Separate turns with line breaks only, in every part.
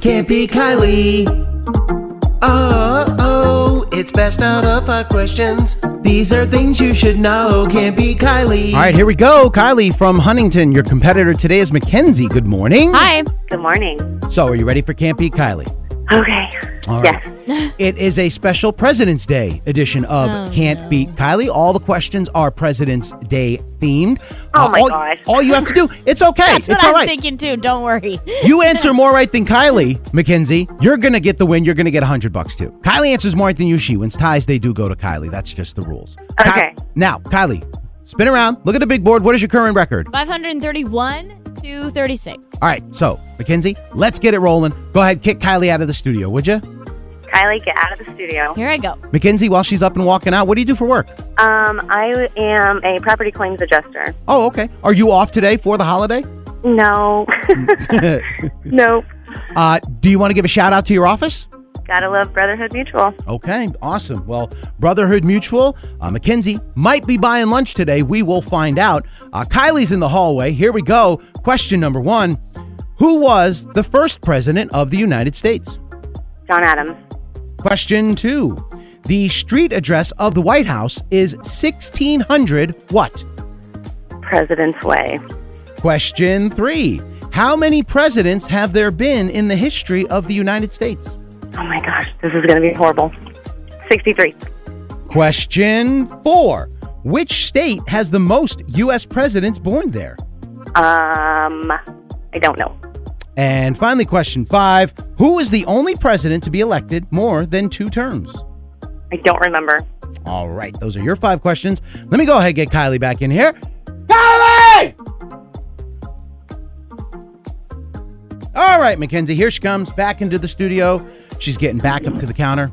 Can't be Kylie. Oh, oh, it's best out of five questions. These are things you should know. Can't be Kylie.
All right, here we go. Kylie from Huntington. Your competitor today is Mackenzie. Good morning.
Hi.
Good morning.
So, are you ready for Can't Be Kylie?
Okay.
All right.
Yes.
It is a special President's Day edition of
Oh,
Can't Beat Kylie. All the questions are President's Day themed. Uh,
Oh my
all,
gosh.
All you have to do, it's okay. it's
That's what
all
I'm
right.
thinking too. Don't worry.
You answer more right than Kylie, Mackenzie. You're gonna get the win. You're gonna get a hundred bucks too. Kylie answers more right than you. She wins ties. They do go to Kylie. That's just the rules. Ky-
Okay.
now, Kylie, spin around. Look at the big board. What is your current record?
531 to 36.
All right. So, Mackenzie, let's get it rolling. Go ahead, kick Kylie out of the studio, would you?
Kylie, get out of the studio.
Here I go.
Mackenzie, while she's up and walking out, what do you do for work?
Um, I am a property claims adjuster.
Oh, okay. Are you off today for the holiday?
No. nope.
Uh, do you want to give a shout out to your office?
Gotta love Brotherhood Mutual.
Okay, awesome. Well, Brotherhood Mutual, uh, Mackenzie might be buying lunch today. We will find out. Uh, Kylie's in the hallway. Here we go. Question number one Who was the first president of the United States?
John Adams.
Question two The street address of the White House is 1600 what?
President's Way.
Question three How many presidents have there been in the history of the United States?
Oh my gosh, this is gonna be horrible. 63.
Question four Which state has the most U.S. presidents born there?
Um, I don't know.
And finally, question five Who is the only president to be elected more than two terms?
I don't remember.
All right, those are your five questions. Let me go ahead and get Kylie back in here. Kylie! All right, Mackenzie, here she comes back into the studio. She's getting back up to the counter.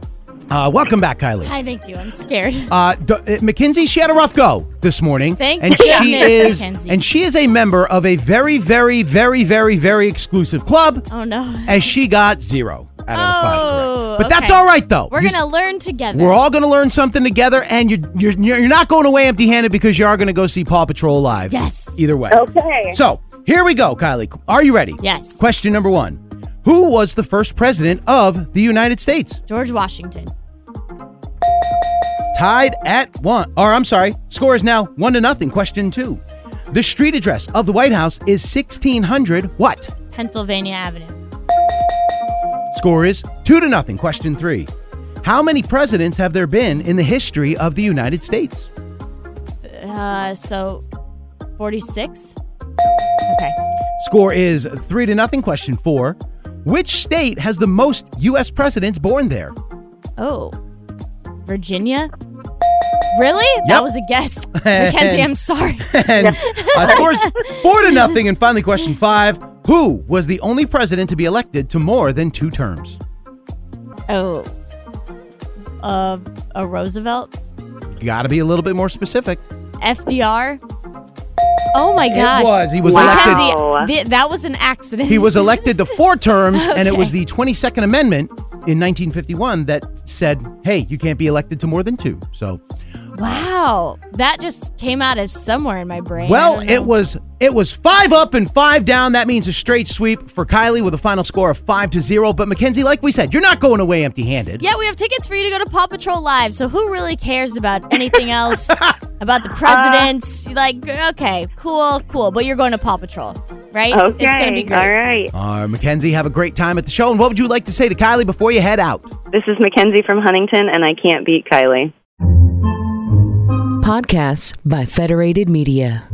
Uh, welcome back, Kylie.
Hi, thank you. I'm scared.
Uh, D- uh, Mackenzie, she had a rough go this morning.
Thank
and she
goodness,
is,
Mackenzie.
and she is a member of a very, very, very, very, very exclusive club,
Oh, no.
and she got zero out of the
Oh,
five. correct. But that's
okay.
all right though.
We're
You-
going to learn together.
We're all going to learn something together, and you're you're you're not going away empty-handed because you are going to go see Paw Patrol live.
Yes.
Either way.
Okay.
So here we go, Kylie. Are you ready?
Yes.
Question number one: Who was the first president of the United States?
George Washington.
Tied at one, or I'm sorry, score is now one to nothing. Question two. The street address of the White House is 1600 what?
Pennsylvania Avenue.
Score is two to nothing. Question three. How many presidents have there been in the history of the United States?
Uh, so 46. Okay.
Score is three to nothing. Question four. Which state has the most U.S. presidents born there?
Oh, Virginia? Really? That
Yep.
was a guess. Mackenzie, I'm sorry.
And uh, scores four to nothing. And finally, question five. Who was the only president to be elected to more than two terms?
Oh, uh, a Roosevelt?
You got to be a little bit more specific.
FDR? Oh my gosh.
was. He was
Mackenzie,
elected.
Wow.
thi- that was an accident.
He was elected to four terms, and it was
Okay.
the 22nd Amendment in 1951 that said, hey, you can't be elected to more than two. So,
Wow. That just came out of somewhere in my brain.
well,
I don't
it
know.
was it was five up and five down. That means a straight sweep for Kylie with a final score of five to zero. But Mackenzie, like we said, you're not going away empty-handed.
Yeah, we have tickets for you to go to Paw Patrol Live. So who really cares about anything else? about the presidents? like, okay, cool, cool. But you're going to Paw Patrol, right?
Okay.
It's going to be great.
All right.
All right, Mackenzie, have a great time at the show. And what would you like to say to Kylie before you head out?
This is Mackenzie from Huntington, and I can't beat Kylie.
Podcasts by Federated Media.